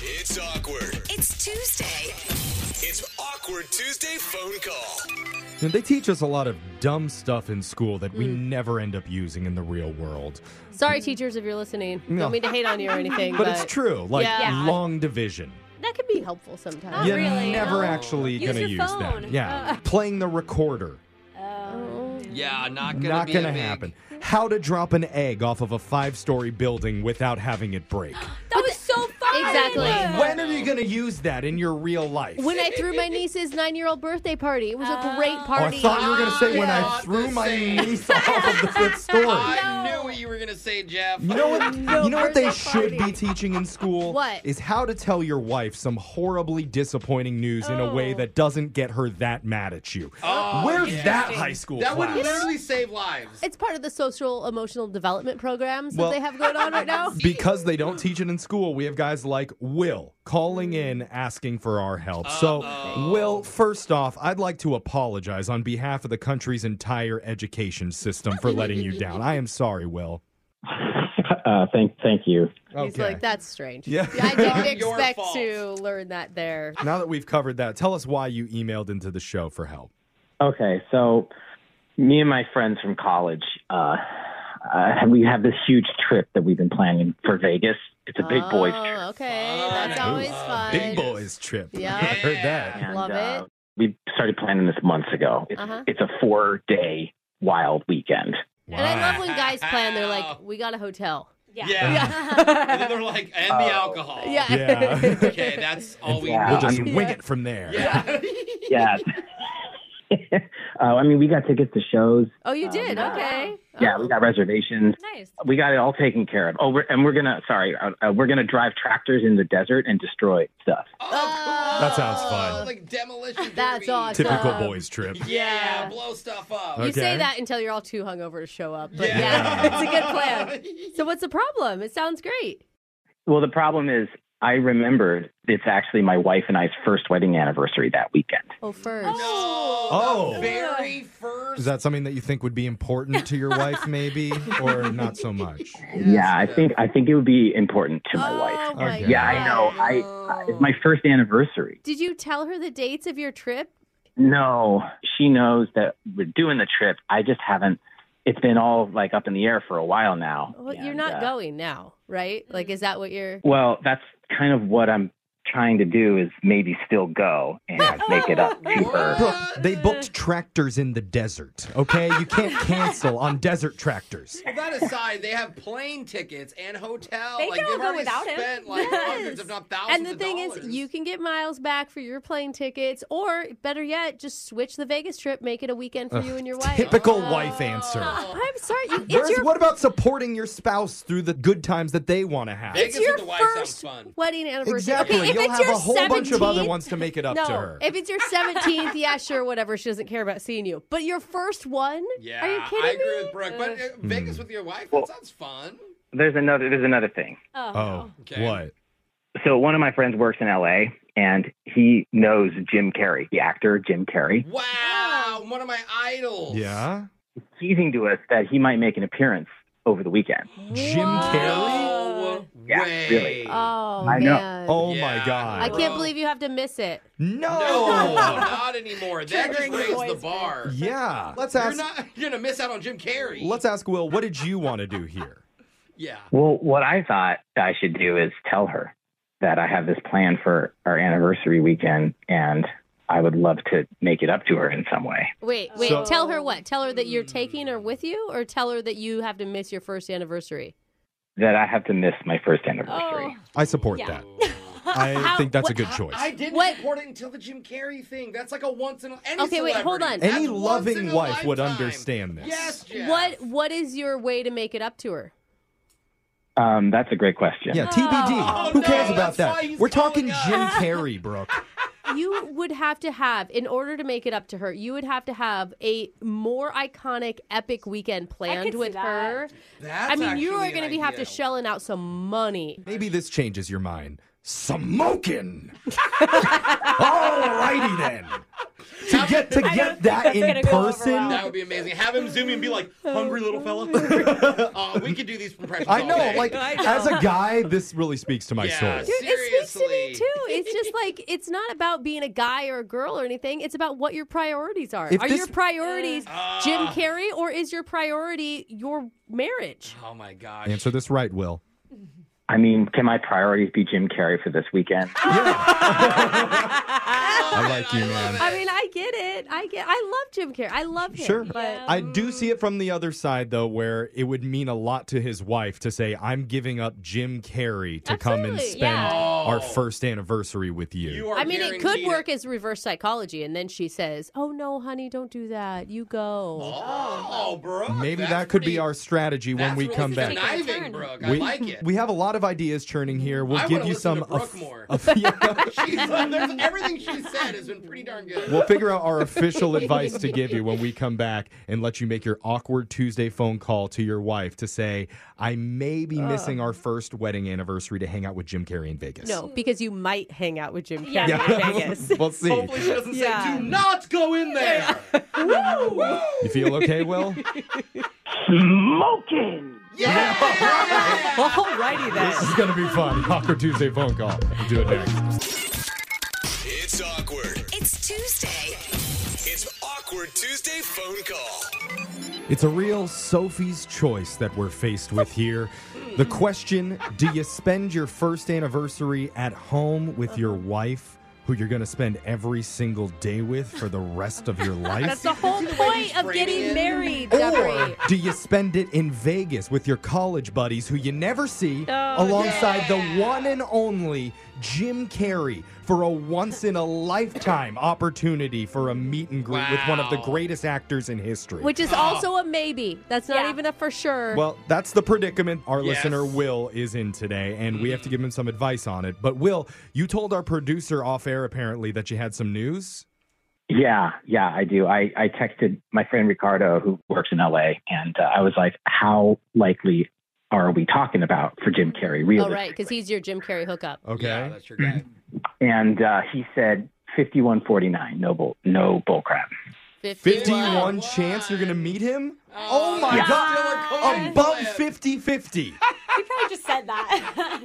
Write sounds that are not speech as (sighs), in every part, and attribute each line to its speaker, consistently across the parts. Speaker 1: It's awkward.
Speaker 2: It's Tuesday.
Speaker 1: It's awkward Tuesday phone call.
Speaker 3: And they teach us a lot of dumb stuff in school that we never end up using in the real world.
Speaker 4: Sorry, teachers, if you're listening.
Speaker 3: No.
Speaker 4: Don't mean to hate on you or anything,
Speaker 3: But, it's true. Like
Speaker 4: Yeah.
Speaker 3: long division.
Speaker 4: that could be helpful sometimes.
Speaker 3: You're
Speaker 5: really? No.
Speaker 3: never actually
Speaker 5: Use
Speaker 3: gonna
Speaker 5: your
Speaker 3: use that.
Speaker 5: phone.
Speaker 3: Yeah. Playing the recorder.
Speaker 4: Oh.
Speaker 6: Yeah, not gonna
Speaker 3: Not
Speaker 6: be
Speaker 3: going to
Speaker 6: a big-
Speaker 3: happen. How to drop an egg off of a five story building without having it break.
Speaker 5: That was so fun.
Speaker 4: Exactly.
Speaker 3: when are you going to use that in your real life?
Speaker 4: When I threw my niece's nine-year-old birthday party, it was a great
Speaker 3: Oh,
Speaker 4: party.
Speaker 3: I thought you were going to say when I
Speaker 6: Yeah.
Speaker 3: threw my
Speaker 6: Same.
Speaker 3: niece off of the fifth story.
Speaker 6: I knew what you were gonna say, Jeff.
Speaker 3: You know
Speaker 4: (laughs)
Speaker 3: what? you know what they
Speaker 4: birthday
Speaker 3: should be
Speaker 4: party.
Speaker 3: teaching in school?
Speaker 4: What?
Speaker 3: is how to tell your wife some horribly disappointing news in a way
Speaker 4: Oh.
Speaker 3: that doesn't get her that mad at you.
Speaker 6: Oh,
Speaker 3: Where's
Speaker 6: yeah.
Speaker 3: that high school
Speaker 6: That would
Speaker 3: class?
Speaker 6: literally save lives.
Speaker 4: It's part of the social emotional development programs
Speaker 3: Well-
Speaker 4: that they have going on
Speaker 3: (laughs)
Speaker 4: right now.
Speaker 3: because they don't teach it in school, we have guys like Will calling
Speaker 4: Hmm.
Speaker 3: in asking for our help. So, Will, first off, I'd like to apologize on behalf of the country's entire education system for letting you down. I am sorry, Will.
Speaker 7: uh, thank, thank you.
Speaker 4: He's like, that's strange.
Speaker 3: Yeah.
Speaker 4: (laughs) I didn't
Speaker 6: Your
Speaker 4: expect
Speaker 6: fault.
Speaker 4: to learn that there.
Speaker 3: Now that we've covered that, tell us why you emailed into the show for help.
Speaker 7: Okay, so me and my friends from college, uh, uh, we have this huge trip that we've been planning for Vegas. It's a big boys
Speaker 4: Oh,
Speaker 7: trip.
Speaker 4: Okay, that's always fun.
Speaker 3: Big boys trip.
Speaker 4: Yeah.
Speaker 3: I heard that.
Speaker 7: And,
Speaker 4: love
Speaker 7: uh,
Speaker 4: it.
Speaker 7: we started planning this months ago. It's,
Speaker 4: Uh-huh.
Speaker 7: it's a four day wild weekend.
Speaker 4: And I love when guys plan. They're
Speaker 6: Wow.
Speaker 4: like, we got a hotel.
Speaker 5: Yeah.
Speaker 4: (laughs)
Speaker 6: Yeah. and then they're like, and the alcohol.
Speaker 4: Yeah.
Speaker 3: Yeah.
Speaker 6: Okay, that's all we
Speaker 7: Yeah.
Speaker 3: We'll
Speaker 6: know.
Speaker 3: just
Speaker 7: I'm-
Speaker 3: wing it from there.
Speaker 6: Yeah.
Speaker 4: (laughs)
Speaker 7: Yeah. (laughs) uh, I mean, we got tickets to shows.
Speaker 4: (laughs) Oh, you did?
Speaker 7: yeah.
Speaker 4: Okay.
Speaker 7: Yeah, we got
Speaker 4: Oh.
Speaker 7: reservations.
Speaker 5: Nice.
Speaker 7: We got it all taken care of. Oh, we're, and we're gonna sorry, uh, uh, we're gonna drive tractors in the desert and destroy stuff.
Speaker 6: (laughs) Oh,
Speaker 4: (laughs)
Speaker 6: come
Speaker 3: That sounds
Speaker 6: on.
Speaker 3: fun.
Speaker 6: Like demolition.
Speaker 4: That's
Speaker 6: derby.
Speaker 4: awesome.
Speaker 3: Typical
Speaker 4: Um,
Speaker 3: boys trip.
Speaker 6: Yeah, blow stuff up.
Speaker 4: You
Speaker 3: Okay.
Speaker 4: say that until you're all too hungover to show up. But
Speaker 6: Yeah.
Speaker 4: yeah,
Speaker 6: (laughs)
Speaker 4: it's a good plan. So what's the problem? It sounds great.
Speaker 7: Well, the problem is, I remembered it's actually my wife and I's first wedding anniversary that weekend.
Speaker 4: Oh, first.
Speaker 6: No,
Speaker 3: Oh.
Speaker 6: the very first.
Speaker 3: Is that something that you think would be important to your wife, maybe, or not so much?
Speaker 7: yeah, I think I think it would be important to my
Speaker 4: oh
Speaker 7: wife.
Speaker 4: my
Speaker 3: Okay.
Speaker 7: Yeah, I know.
Speaker 4: God.
Speaker 7: I, I it's my first anniversary.
Speaker 4: Did you tell her the dates of your trip?
Speaker 7: No, she knows that we're doing the trip. I just haven't. It's been all like up in the air for a while now.
Speaker 4: Well, you're
Speaker 7: And,
Speaker 4: not
Speaker 7: uh,
Speaker 4: going now, right? Like, is that what you're?
Speaker 7: Well, that's kind of what I'm trying to do is maybe still go and make it up to her.
Speaker 3: Brooke,
Speaker 4: (laughs)
Speaker 3: they booked tractors in the desert, okay? You can't cancel on desert tractors.
Speaker 6: Well, that aside, they have plane tickets and hotel.
Speaker 5: They
Speaker 6: like,
Speaker 5: can all
Speaker 6: they've
Speaker 5: go
Speaker 6: already
Speaker 5: without him.
Speaker 6: spent like hundreds, if not thousands.
Speaker 4: And the
Speaker 6: of
Speaker 4: thing
Speaker 6: dollars.
Speaker 4: is, you can get miles back for your plane tickets, or better yet, just switch the Vegas trip, make it a weekend for you and your wife. Oh.
Speaker 3: Typical wife answer.
Speaker 4: (gasps) I'm sorry, you, it's
Speaker 3: Whereas,
Speaker 4: your
Speaker 3: what about supporting your spouse through the good times that they want to have?
Speaker 6: Vegas
Speaker 4: it's your
Speaker 6: with the wife sounds
Speaker 4: first
Speaker 6: fun.
Speaker 4: wedding anniversary.
Speaker 3: Exactly.
Speaker 4: Okay, if
Speaker 3: You'll
Speaker 4: it's
Speaker 3: have
Speaker 4: your
Speaker 3: a whole bunch of other
Speaker 4: 17th
Speaker 3: ones to make it up
Speaker 4: no,
Speaker 3: to her.
Speaker 4: if it's your 17th, yeah, sure, whatever. She doesn't care about seeing you. But your first one?
Speaker 6: Yeah,
Speaker 4: Are you
Speaker 6: I
Speaker 4: kidding
Speaker 6: agree
Speaker 4: me?
Speaker 6: with Brooke. But uh, Vegas with your wife, that sounds fun.
Speaker 7: There's another. There's another thing.
Speaker 5: Oh.
Speaker 3: oh,
Speaker 6: Okay.
Speaker 3: what?
Speaker 7: So one of my friends works in L.A. and he knows Jim Carrey, the actor Jim
Speaker 6: Mm-hmm.
Speaker 7: Carrey.
Speaker 6: Wow, one of my idols.
Speaker 3: Yeah?
Speaker 7: Teasing to us that he might make an appearance over the weekend.
Speaker 3: Jim
Speaker 4: What?
Speaker 3: Carrey?
Speaker 6: No
Speaker 7: Yeah,
Speaker 6: way.
Speaker 7: really.
Speaker 4: Oh,
Speaker 7: I know.
Speaker 4: man.
Speaker 3: Oh
Speaker 6: Yeah.
Speaker 3: my God.
Speaker 4: I can't
Speaker 6: Bro.
Speaker 4: believe you have to miss it. Oh.
Speaker 6: No, not anymore. That just
Speaker 5: Triggering
Speaker 6: raised the
Speaker 5: boys.
Speaker 6: bar.
Speaker 3: (laughs) Yeah. Let's
Speaker 6: You're
Speaker 3: ask.
Speaker 6: not you're gonna miss out on Jim Carrey.
Speaker 3: Let's ask Will. What did you want to do here?
Speaker 6: yeah.
Speaker 7: Well, what I thought I should do is tell her that I have this plan for our anniversary weekend and I would love to make it up to her in some way.
Speaker 4: Wait,
Speaker 5: Oh.
Speaker 4: wait.
Speaker 3: So-
Speaker 4: tell her what? Tell her that you're taking her with you, or tell her that you have to miss your first anniversary?
Speaker 7: That I have to miss my first anniversary.
Speaker 3: I support
Speaker 6: (laughs)
Speaker 3: that. I think that's a good choice.
Speaker 6: I didn't
Speaker 4: What-
Speaker 6: support it until the Jim Carrey thing. That's like a once in a any
Speaker 4: Okay, wait, hold
Speaker 6: celebrity.
Speaker 4: on.
Speaker 6: That's
Speaker 3: Any
Speaker 6: once in
Speaker 3: loving
Speaker 6: a
Speaker 3: wife would
Speaker 6: lifetime.
Speaker 3: understand this.
Speaker 6: Yes, Jeff.
Speaker 4: What What is your way to make it up to her?
Speaker 7: Um, that's a great question.
Speaker 3: Yeah, TBD.
Speaker 6: Oh,
Speaker 3: Who
Speaker 6: no,
Speaker 3: cares about
Speaker 6: that's why
Speaker 3: that?
Speaker 6: he's
Speaker 3: We're talking
Speaker 6: calling us. (laughs)
Speaker 3: Jim Carrey, Brooke.
Speaker 4: You would have to have, in order to make it up to her, you would have to have a more iconic, epic weekend planned
Speaker 5: see
Speaker 4: with
Speaker 5: that.
Speaker 4: her.
Speaker 6: That's
Speaker 4: I mean, you
Speaker 6: actually
Speaker 4: are
Speaker 6: an
Speaker 4: going to be have to
Speaker 6: idea.
Speaker 4: shelling out some money.
Speaker 3: Maybe this changes your mind. Smoking.
Speaker 6: (laughs)
Speaker 3: Alrighty then. To get to get that in
Speaker 5: gonna go over
Speaker 3: person.
Speaker 6: That would be amazing. Have him zoom in and be
Speaker 4: (laughs)
Speaker 6: like, hungry little fella. uh, we could do these impressions.
Speaker 3: I
Speaker 6: all
Speaker 3: know,
Speaker 6: (laughs) day.
Speaker 3: like as a guy, this really speaks to my
Speaker 6: yeah,
Speaker 3: soul.
Speaker 4: It speaks
Speaker 6: Hey.
Speaker 4: too. It's
Speaker 6: (laughs)
Speaker 4: just like it's not about being a guy or a girl or anything. It's about what your priorities are.
Speaker 3: If
Speaker 4: are
Speaker 3: this-
Speaker 4: your priorities
Speaker 6: Uh, ah.
Speaker 4: Jim Carrey or is your priority your marriage?
Speaker 6: Oh my gosh.
Speaker 3: Answer this right, Will.
Speaker 7: I mean, can my priorities be Jim Carrey for this weekend?
Speaker 3: I like you, man.
Speaker 4: I mean, I get it. I get. I love Jim Carrey. I love him.
Speaker 3: Sure.
Speaker 4: but
Speaker 3: I do see it from the other side, though, where it would mean a lot to his wife to say, I'm giving up Jim Carrey to come and spend
Speaker 4: Absolutely, yeah.
Speaker 3: our first anniversary with you.
Speaker 6: Oh. You are
Speaker 4: I mean, it could
Speaker 6: guaranteed
Speaker 4: work as reverse psychology, and then she says, "Oh no, honey, don't do that. You go."
Speaker 6: Oh, Brooke.
Speaker 3: Maybe
Speaker 6: that's
Speaker 3: that could
Speaker 6: pretty-
Speaker 3: be our strategy when
Speaker 6: that's
Speaker 3: we
Speaker 6: really
Speaker 3: come back.
Speaker 2: take
Speaker 6: Conniving,
Speaker 2: turn.
Speaker 6: Brooke.
Speaker 3: We,
Speaker 6: I like it.
Speaker 3: we have a lot of ideas churning here. We'll
Speaker 6: I
Speaker 3: give
Speaker 6: wanna
Speaker 3: you
Speaker 6: listen
Speaker 3: some.
Speaker 6: to Brooke
Speaker 3: of-
Speaker 6: more.
Speaker 3: (laughs) of- yeah.
Speaker 6: She's, there's, everything she said has been pretty darn good.
Speaker 3: We'll figure out
Speaker 4: (laughs)
Speaker 3: our official advice to give you when we come back and let you make your awkward Tuesday phone call to your wife to say, I may be missing our first wedding anniversary to hang out with Jim Carrey in Vegas. (laughs)
Speaker 4: No, because you might hang out with Jim Carrey
Speaker 2: Yeah.
Speaker 4: in Vegas.
Speaker 3: we'll see.
Speaker 6: Hopefully she doesn't
Speaker 4: Yeah.
Speaker 6: say, "Do not go in there."
Speaker 3: You feel okay, Will?
Speaker 7: Smoking!
Speaker 6: yeah.
Speaker 2: Alrighty
Speaker 3: this
Speaker 2: then.
Speaker 3: is going to be fun. Awkward Tuesday phone call. We'll do it next.
Speaker 1: It's awkward.
Speaker 5: It's Tuesday.
Speaker 1: It's Awkward Tuesday phone call.
Speaker 3: It's a real Sophie's choice that we're faced with here. The question Do you spend your first anniversary at home with your
Speaker 4: Uh-huh.
Speaker 3: wife, who you're going to spend every single day with for the rest of your life?
Speaker 4: (laughs) That's the whole
Speaker 6: the way he's
Speaker 4: point of
Speaker 6: framing
Speaker 4: getting
Speaker 6: it?
Speaker 4: married,
Speaker 3: Or
Speaker 4: Jeffrey.
Speaker 3: do you spend it in Vegas with your college buddies who you never see
Speaker 6: Oh,
Speaker 3: alongside the one and only Jim Carrey for a once in a
Speaker 6: (laughs)
Speaker 3: lifetime opportunity for a meet and greet with one of the
Speaker 6: Wow.
Speaker 3: greatest actors in history?
Speaker 4: Which is also a maybe. That's not
Speaker 2: Yeah.
Speaker 4: even a for sure.
Speaker 3: well, that's the predicament our
Speaker 6: Yes. Mm.
Speaker 3: listener Will is in today, and we have to give him some advice on it. But, Will, you told our producer off air apparently that you had some news.
Speaker 7: Yeah, yeah, I do. I, I texted my friend Ricardo, who works in LA, and uh, I was like, how likely are we talking about for Jim Carrey, really?
Speaker 4: oh, right, because he's your Jim Carrey hookup.
Speaker 3: Okay.
Speaker 6: Yeah, that's your guy.
Speaker 7: And uh, he said, 5149, no bull, no
Speaker 4: (laughs)
Speaker 7: bull crap.
Speaker 3: 51
Speaker 6: Wow.
Speaker 3: chance you're going to meet him? Oh, my
Speaker 7: Yeah.
Speaker 3: God.
Speaker 6: Still a coin
Speaker 3: Above
Speaker 6: flip.
Speaker 3: 50
Speaker 4: (laughs)
Speaker 3: 50.
Speaker 2: You probably just said that.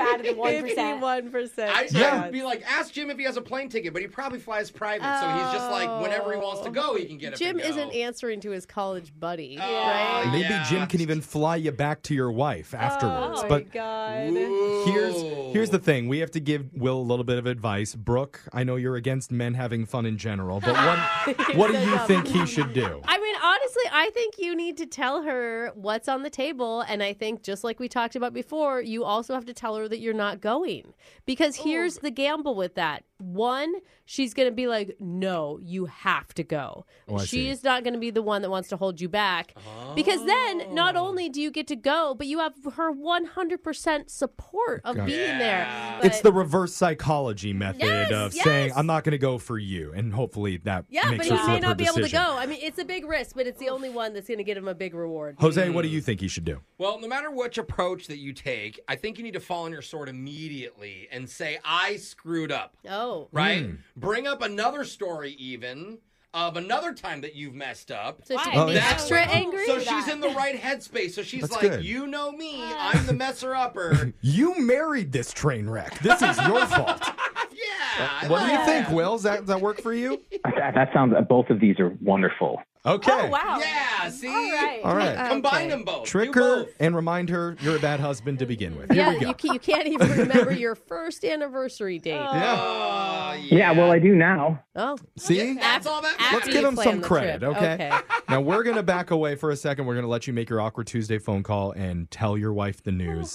Speaker 2: out of the one percent.
Speaker 4: Fifty-one percent.
Speaker 6: (clears throat) I, I
Speaker 3: Yeah.
Speaker 6: would be like, ask Jim if he has a plane ticket, but he probably flies private, so he's just like, whenever he wants to go, he can get up
Speaker 4: Jim
Speaker 6: and go.
Speaker 4: isn't answering to his college buddy,
Speaker 6: Yeah.
Speaker 4: right?
Speaker 3: Maybe
Speaker 6: Yeah.
Speaker 3: Jim can even fly you back to your wife afterwards.
Speaker 4: Oh my
Speaker 3: but
Speaker 4: god.
Speaker 6: Ooh.
Speaker 3: here's here's the thing: we have to give Will a little bit of advice. Brooke, I know you're against men having fun in general, but
Speaker 4: (laughs)
Speaker 3: what what do you think he should do?
Speaker 4: I mean, honestly, I think you need to tell her what's on the table. And I think, just like we talked about before, you also have to tell her that you're not going. Because here's the gamble with that one, she's going to be like, no, you have to go.
Speaker 3: Oh, I
Speaker 4: she
Speaker 3: see.
Speaker 4: is not going to be the one that wants to hold you back. Because then, not only do you get to go, but you have her 100% support of
Speaker 3: Got it.
Speaker 4: being there.
Speaker 3: It's
Speaker 4: (laughs) But-
Speaker 3: the reverse psychology method
Speaker 4: Yes,
Speaker 3: of
Speaker 4: yes.
Speaker 3: saying, "I'm not going to go for you," and hopefully that
Speaker 4: yeah, but
Speaker 3: makes
Speaker 4: he
Speaker 3: her flip
Speaker 4: may
Speaker 3: her
Speaker 4: not be able to
Speaker 3: decision.
Speaker 4: go. I mean, it's a big risk, but it's the only one that's going to get him a big reward.
Speaker 3: Jose, what do you think he should do?
Speaker 6: Well, no matter which approach that you take, I think you need to fall on your sword immediately and say, I screwed up.
Speaker 4: Oh.
Speaker 6: Right?
Speaker 3: Hmm.
Speaker 6: Bring up another story, even of another time that you've messed up.
Speaker 4: So she
Speaker 2: Why?
Speaker 4: can
Speaker 3: Oh,
Speaker 4: be
Speaker 3: yeah.
Speaker 4: extra angry.
Speaker 6: So
Speaker 2: with
Speaker 6: she's
Speaker 2: that.
Speaker 6: in the right headspace. So she's
Speaker 3: That's
Speaker 6: like,
Speaker 3: good.
Speaker 6: you know me,
Speaker 4: Ah.
Speaker 6: I'm the
Speaker 3: (laughs)
Speaker 6: messer upper.
Speaker 3: You married this train wreck. This is
Speaker 4: (laughs)
Speaker 3: your fault.
Speaker 6: yeah. I
Speaker 3: What do you
Speaker 6: like
Speaker 3: think,
Speaker 6: that.
Speaker 3: Will? Does that, does that work for you?
Speaker 7: That, that sounds, uh, both of these are wonderful.
Speaker 3: Okay.
Speaker 2: Oh wow. (laughs)
Speaker 6: Yeah, see?
Speaker 2: All right.
Speaker 3: All right.
Speaker 6: Combine them both.
Speaker 3: Trick
Speaker 6: Do
Speaker 3: her
Speaker 6: both.
Speaker 3: and remind her you're a bad husband to begin with. Here
Speaker 4: yeah,
Speaker 3: we go.
Speaker 4: you, ca- you can't even remember your first anniversary date.
Speaker 3: yeah.
Speaker 6: Oh,
Speaker 7: Yeah, well, I do now.
Speaker 4: oh,
Speaker 3: See?
Speaker 6: That's all that
Speaker 4: After
Speaker 3: Let's
Speaker 4: you
Speaker 3: give him
Speaker 4: plan
Speaker 3: some
Speaker 4: the
Speaker 3: credit,
Speaker 4: trip.
Speaker 3: okay?
Speaker 4: okay.
Speaker 3: now we're going to back away for a second. We're going to let you make your awkward Tuesday phone call and tell your wife the news.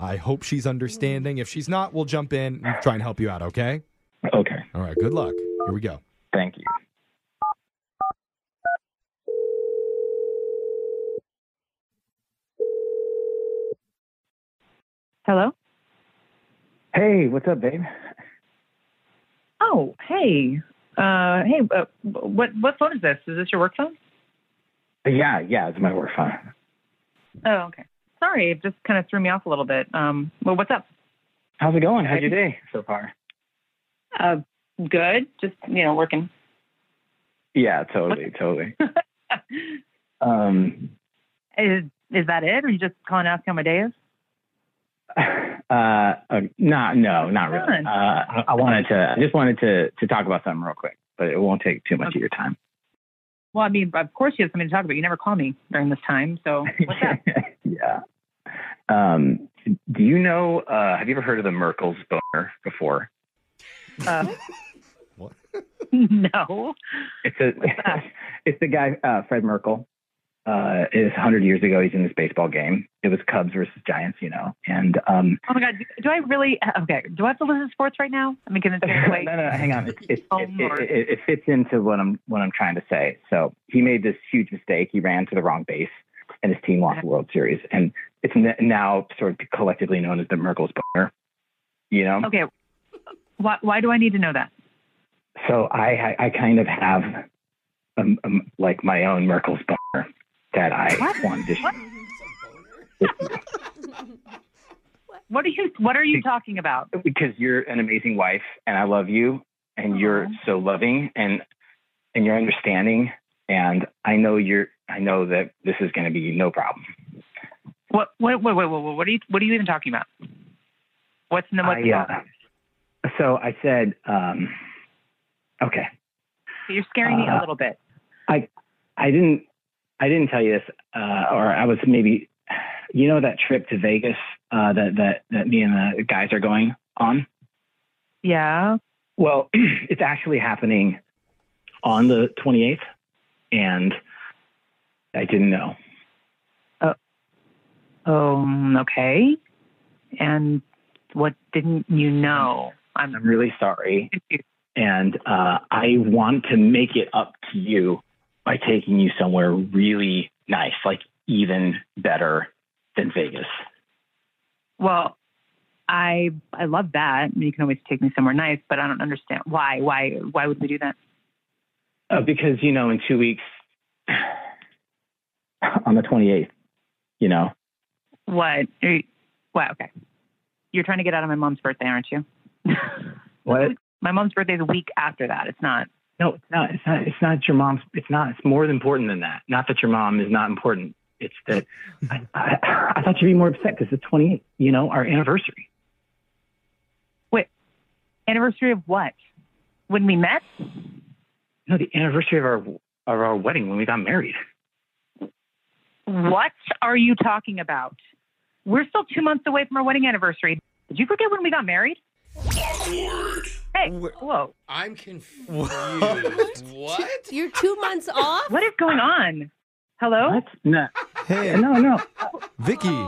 Speaker 3: I hope she's understanding. If she's not, we'll jump in and try and help you out, okay?
Speaker 7: Okay,
Speaker 3: All right, good luck. Here we go.
Speaker 7: thank you.
Speaker 8: Hello?
Speaker 7: Hey, what's up, babe?
Speaker 8: Oh, hey. Uh, hey, uh, what what phone is this? Is this your work phone?
Speaker 7: Yeah, yeah, it's my work phone.
Speaker 8: Oh, okay. Sorry, it just kind of threw me off a little bit. Um, well, what's up?
Speaker 7: How's it going? How's your day so far?
Speaker 8: Uh, good. Just you know, working.
Speaker 7: Yeah, totally, (laughs) totally. um,
Speaker 8: Is is that it? Or you just calling to ask how my day is?
Speaker 7: uh, (sighs) Uh, uh, no, no, not really.
Speaker 8: Fun.
Speaker 7: Uh, I, I wanted to, I just wanted to, to talk about something real quick, but it won't take too much of your time.
Speaker 8: Well, I mean, of course you have something to talk about. You never call me during this time, so what's up?
Speaker 7: (laughs) yeah. Um, do you know, uh, have you ever heard of the Merkel's boner before?
Speaker 8: Uh, (laughs)
Speaker 3: What?
Speaker 8: no.
Speaker 7: It's a, (laughs) it's the guy, uh, Fred Merkel. Uh, is 100 years ago, he's in this baseball game. It was Cubs versus Giants, you know, and, um,
Speaker 8: Oh my God. Do, do I really? uh, Okay. Do I have to listen to sports right now? I'm gonna take (laughs) away.
Speaker 7: no, no, hang on. It, it,
Speaker 8: Oh,
Speaker 7: it,
Speaker 8: Lord.
Speaker 7: it, it, it fits into what I'm what I'm trying to say. So he made this huge mistake. He ran to the wrong base, and his team lost the World Series. And it's n- now sort of collectively known as the Merkel's boner. You know.
Speaker 8: Okay. Why, why do I need to know that?
Speaker 7: So I I, I kind of have um, um, like my own Merkel's boner that I
Speaker 8: What?
Speaker 7: wanted to.
Speaker 8: What? What are you? What are you talking about?
Speaker 7: because you're an amazing wife and I love you and you're
Speaker 8: Aw.
Speaker 7: so loving and and you're understanding and I know you're I know that this is going to be no problem.
Speaker 8: What? What? Wait, wait, wait, wait, what are you? What are you even talking about? What's in the what's
Speaker 7: I, uh,
Speaker 8: yeah.
Speaker 7: so I said um okay.
Speaker 8: You're scaring me a
Speaker 7: uh,
Speaker 8: little bit.
Speaker 7: I didn't I didn't tell you this uh or I was maybe you know that trip to Vegas uh that that that me and the guys are going on?
Speaker 8: Yeah.
Speaker 7: Well, (clears throat) it's actually happening on the 28th, and I didn't know.
Speaker 8: Um. Okay. And what didn't you know?
Speaker 7: I'm
Speaker 8: I'm
Speaker 7: really sorry,
Speaker 8: confused.
Speaker 7: and uh, I want to make it up to you by taking you somewhere really nice, like even better than Vegas.
Speaker 8: Well, I I love that. I mean, you can always take me somewhere nice, but I don't understand why. Why? Why would we do that?
Speaker 7: Uh, because, you know, in two weeks, (sighs) on the 28th, you know,
Speaker 8: What? Are you- Why? Okay. You're trying to get out of my mom's birthday, aren't you?
Speaker 7: what?
Speaker 8: (laughs) my mom's birthday is a week after that. It's not.
Speaker 7: No, it's not. It's not. It's not your mom's. It's not. It's more important than that. Not that your mom is not important. It's (laughs) that I, I, I thought you'd be more upset because it's 28. You know, our anniversary.
Speaker 8: Anniversary of what? When we met?
Speaker 7: No, the anniversary of our of our wedding when we got married. Mm-hmm.
Speaker 8: What are you talking about? We're still two months away from our wedding anniversary. Did you forget when we got married?
Speaker 1: Awkward.
Speaker 8: Hey,
Speaker 3: Wh-
Speaker 8: whoa,
Speaker 3: (laughs)
Speaker 6: I'm confused.
Speaker 3: What?
Speaker 6: what?
Speaker 4: You're two months off.
Speaker 8: what is going on? Hello?
Speaker 7: What? No,
Speaker 3: Hey,
Speaker 7: no, no.
Speaker 3: Vicky.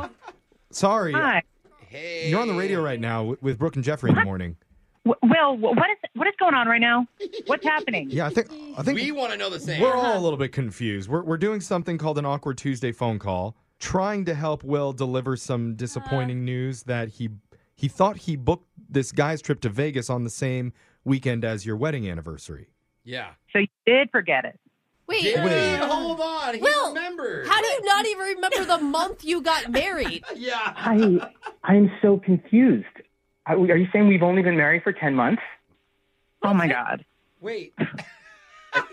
Speaker 3: Sorry.
Speaker 8: Hi.
Speaker 6: Hey.
Speaker 3: You're on the radio right now with- with Brooke and Jeffrey in the morning.
Speaker 8: W- Will, wh- what is what is going on right now? What's happening?
Speaker 7: (laughs)
Speaker 3: Yeah, I think I think
Speaker 6: We want to know the same.
Speaker 3: We're all a little bit confused. We're, we're doing something called an Awkward Tuesday phone call, trying to help Will deliver some disappointing news that he he thought he booked this guy's trip to Vegas on the same weekend as your wedding anniversary.
Speaker 6: yeah.
Speaker 8: So you did forget it.
Speaker 4: Wait,
Speaker 6: Dude,
Speaker 3: Wait.
Speaker 6: hold on. He
Speaker 4: Will,
Speaker 6: remembered.
Speaker 4: how do you not even remember the month you got married?
Speaker 6: Yeah.
Speaker 7: I I'm so confused. I, are you saying we've only been married for 10 months?
Speaker 8: Oh my god.
Speaker 6: Wait. (laughs)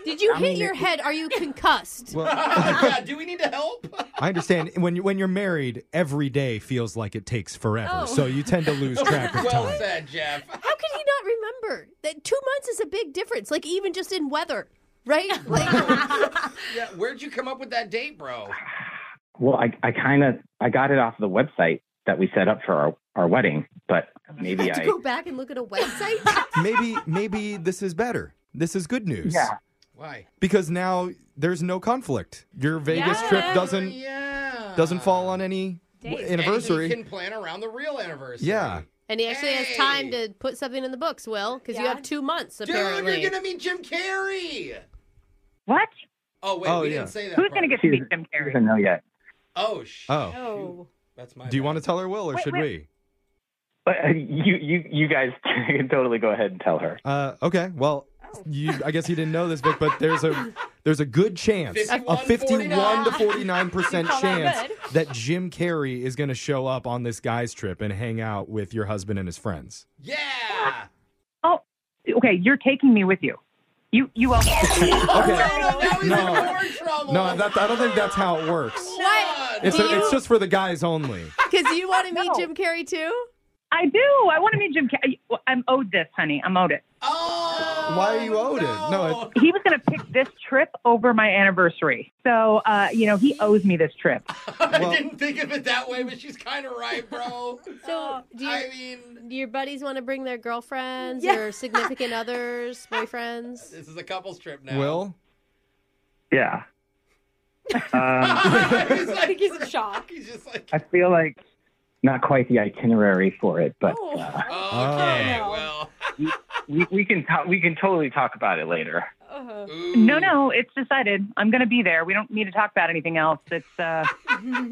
Speaker 4: Did you hit your head? Are you concussed?
Speaker 3: Well,
Speaker 6: yeah. Do we need to help?
Speaker 3: I understand when you, when you're married, every day feels like it takes forever,
Speaker 4: Oh.
Speaker 3: so you tend to lose track of
Speaker 6: well
Speaker 3: time.
Speaker 6: said, Jeff.
Speaker 4: How can he not remember? That two months is a big difference. Like even just in weather,
Speaker 6: (laughs)
Speaker 4: right? Like, (laughs)
Speaker 6: Yeah. Where'd you come up with that date, bro?
Speaker 7: Well, I I kind of I got it off the website that we set up for our our wedding, but
Speaker 4: I
Speaker 7: maybe
Speaker 4: have to
Speaker 7: I.
Speaker 4: go back and look at a website.
Speaker 3: Maybe maybe this is better. This is good news.
Speaker 7: Yeah.
Speaker 6: Why?
Speaker 3: Because now there's no conflict. Your Vegas
Speaker 4: Yeah.
Speaker 3: trip doesn't
Speaker 6: Yeah.
Speaker 3: doesn't fall on any
Speaker 2: Days.
Speaker 3: anniversary.
Speaker 6: And he can plan around the real anniversary.
Speaker 3: Yeah.
Speaker 4: and he actually has time to put something in the books, Will, because you
Speaker 2: Yeah.
Speaker 4: have two months
Speaker 6: Dude,
Speaker 4: apparently.
Speaker 6: you're gonna meet Jim Carrey.
Speaker 8: What?
Speaker 6: Oh wait,
Speaker 3: Oh,
Speaker 6: we
Speaker 3: yeah.
Speaker 6: didn't say that.
Speaker 8: Who's
Speaker 6: part.
Speaker 8: gonna get to meet Jim
Speaker 7: She
Speaker 8: Carrey?
Speaker 7: doesn't know yet.
Speaker 6: Oh sh.
Speaker 3: Oh.
Speaker 2: Oh.
Speaker 6: That's my.
Speaker 3: Do you
Speaker 6: bad.
Speaker 3: want to tell her, Will, or
Speaker 8: Wait,
Speaker 3: should
Speaker 8: wait.
Speaker 3: we?
Speaker 7: But uh, you you you guys (laughs) can totally go ahead and tell her.
Speaker 3: Uh, okay. Well, you, I guess you didn't know this, Vic, but there's a there's a good chance, a
Speaker 6: 51,
Speaker 3: 51 to
Speaker 6: 49.
Speaker 3: 49 percent
Speaker 2: You call that
Speaker 3: chance
Speaker 2: good?
Speaker 3: that Jim Carrey is going to show up on this guy's trip and hang out with your husband and his friends.
Speaker 2: (laughs)
Speaker 6: Yeah.
Speaker 8: Oh, Okay, you're taking me with you. You you
Speaker 7: (laughs)
Speaker 8: all
Speaker 3: Okay.
Speaker 6: No, now he's
Speaker 3: No.
Speaker 6: in more trouble.
Speaker 3: No, that, I don't think that's how it works.
Speaker 4: What?
Speaker 3: It's
Speaker 4: Do
Speaker 3: a,
Speaker 4: you-
Speaker 3: it's just for the guys only.
Speaker 4: Because you want to meet
Speaker 8: No.
Speaker 4: Jim Carrey too?
Speaker 8: I do. I want to meet Jim Carrey. I'm owed this, honey. I'm owed it.
Speaker 6: Oh,
Speaker 3: Why are you owed it? No, it-
Speaker 8: He was going to pick this trip over my anniversary. So, uh, you know, he owes me this trip.
Speaker 6: (laughs) I
Speaker 3: Well-
Speaker 6: didn't think of it that way, but she's kind of right, bro.
Speaker 4: So, do you,
Speaker 6: I mean,
Speaker 4: do your buddies want to bring their girlfriends
Speaker 2: Yeah.
Speaker 3: (laughs)
Speaker 4: or significant others, boyfriends?
Speaker 6: this is a couples trip now.
Speaker 3: Will,
Speaker 7: Yeah. Um,
Speaker 6: (laughs)
Speaker 2: (laughs)
Speaker 6: he's like,
Speaker 2: I think he's in shock.
Speaker 6: He's just like,
Speaker 7: I feel like not quite the itinerary for it, but
Speaker 2: Oh.
Speaker 7: uh,
Speaker 6: okay,
Speaker 2: no.
Speaker 6: well.
Speaker 7: we, we can talk, we can totally talk about it later.
Speaker 2: Uh,
Speaker 6: Ooh.
Speaker 8: No, no, it's decided. I'm going to be there. We don't need to talk about anything else. It's uh,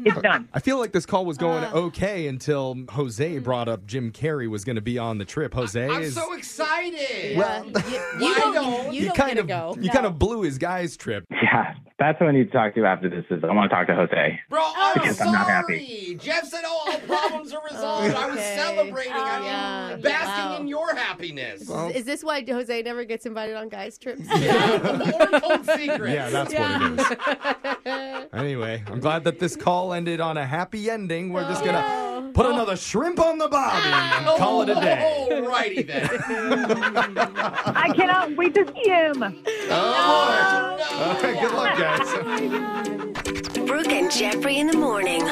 Speaker 8: it's done.
Speaker 3: I feel like this call was going okay until Jose brought up Jim Carrey was going to be on the trip. Jose
Speaker 6: I'm
Speaker 3: is
Speaker 6: so excited.
Speaker 3: Well-
Speaker 4: Yeah. Uh, you, you
Speaker 6: Why
Speaker 4: don't,
Speaker 6: don't-
Speaker 4: you don't
Speaker 3: kind
Speaker 4: get to
Speaker 3: of
Speaker 4: go.
Speaker 3: you kind of blew his guy's trip.
Speaker 7: Yeah, that's what I need to talk to after this. Is I want to talk to Jose.
Speaker 6: Bro, I'm
Speaker 7: Because
Speaker 6: sorry.
Speaker 7: I'm not
Speaker 6: Jeff said all, all problems are resolved. I was
Speaker 4: Okay.
Speaker 6: celebrating. I
Speaker 2: Oh,
Speaker 6: was
Speaker 4: yeah.
Speaker 6: basking
Speaker 4: Wow.
Speaker 6: in your happiness.
Speaker 3: Well-
Speaker 4: Is this why Jose never gets invited on
Speaker 3: (laughs)
Speaker 4: guys' trips?
Speaker 6: or cold secrets.
Speaker 3: Yeah, that's what it is. Anyway, I'm glad that this call ended on a happy ending. We're just gonna
Speaker 4: Oh.
Speaker 3: put another shrimp on the bobby and call it a day.
Speaker 6: Oh, Alrighty then.
Speaker 8: I cannot wait to see him.
Speaker 6: Oh, no.
Speaker 3: All right, good luck, guys.
Speaker 5: Brooke and Jeffrey in the morning.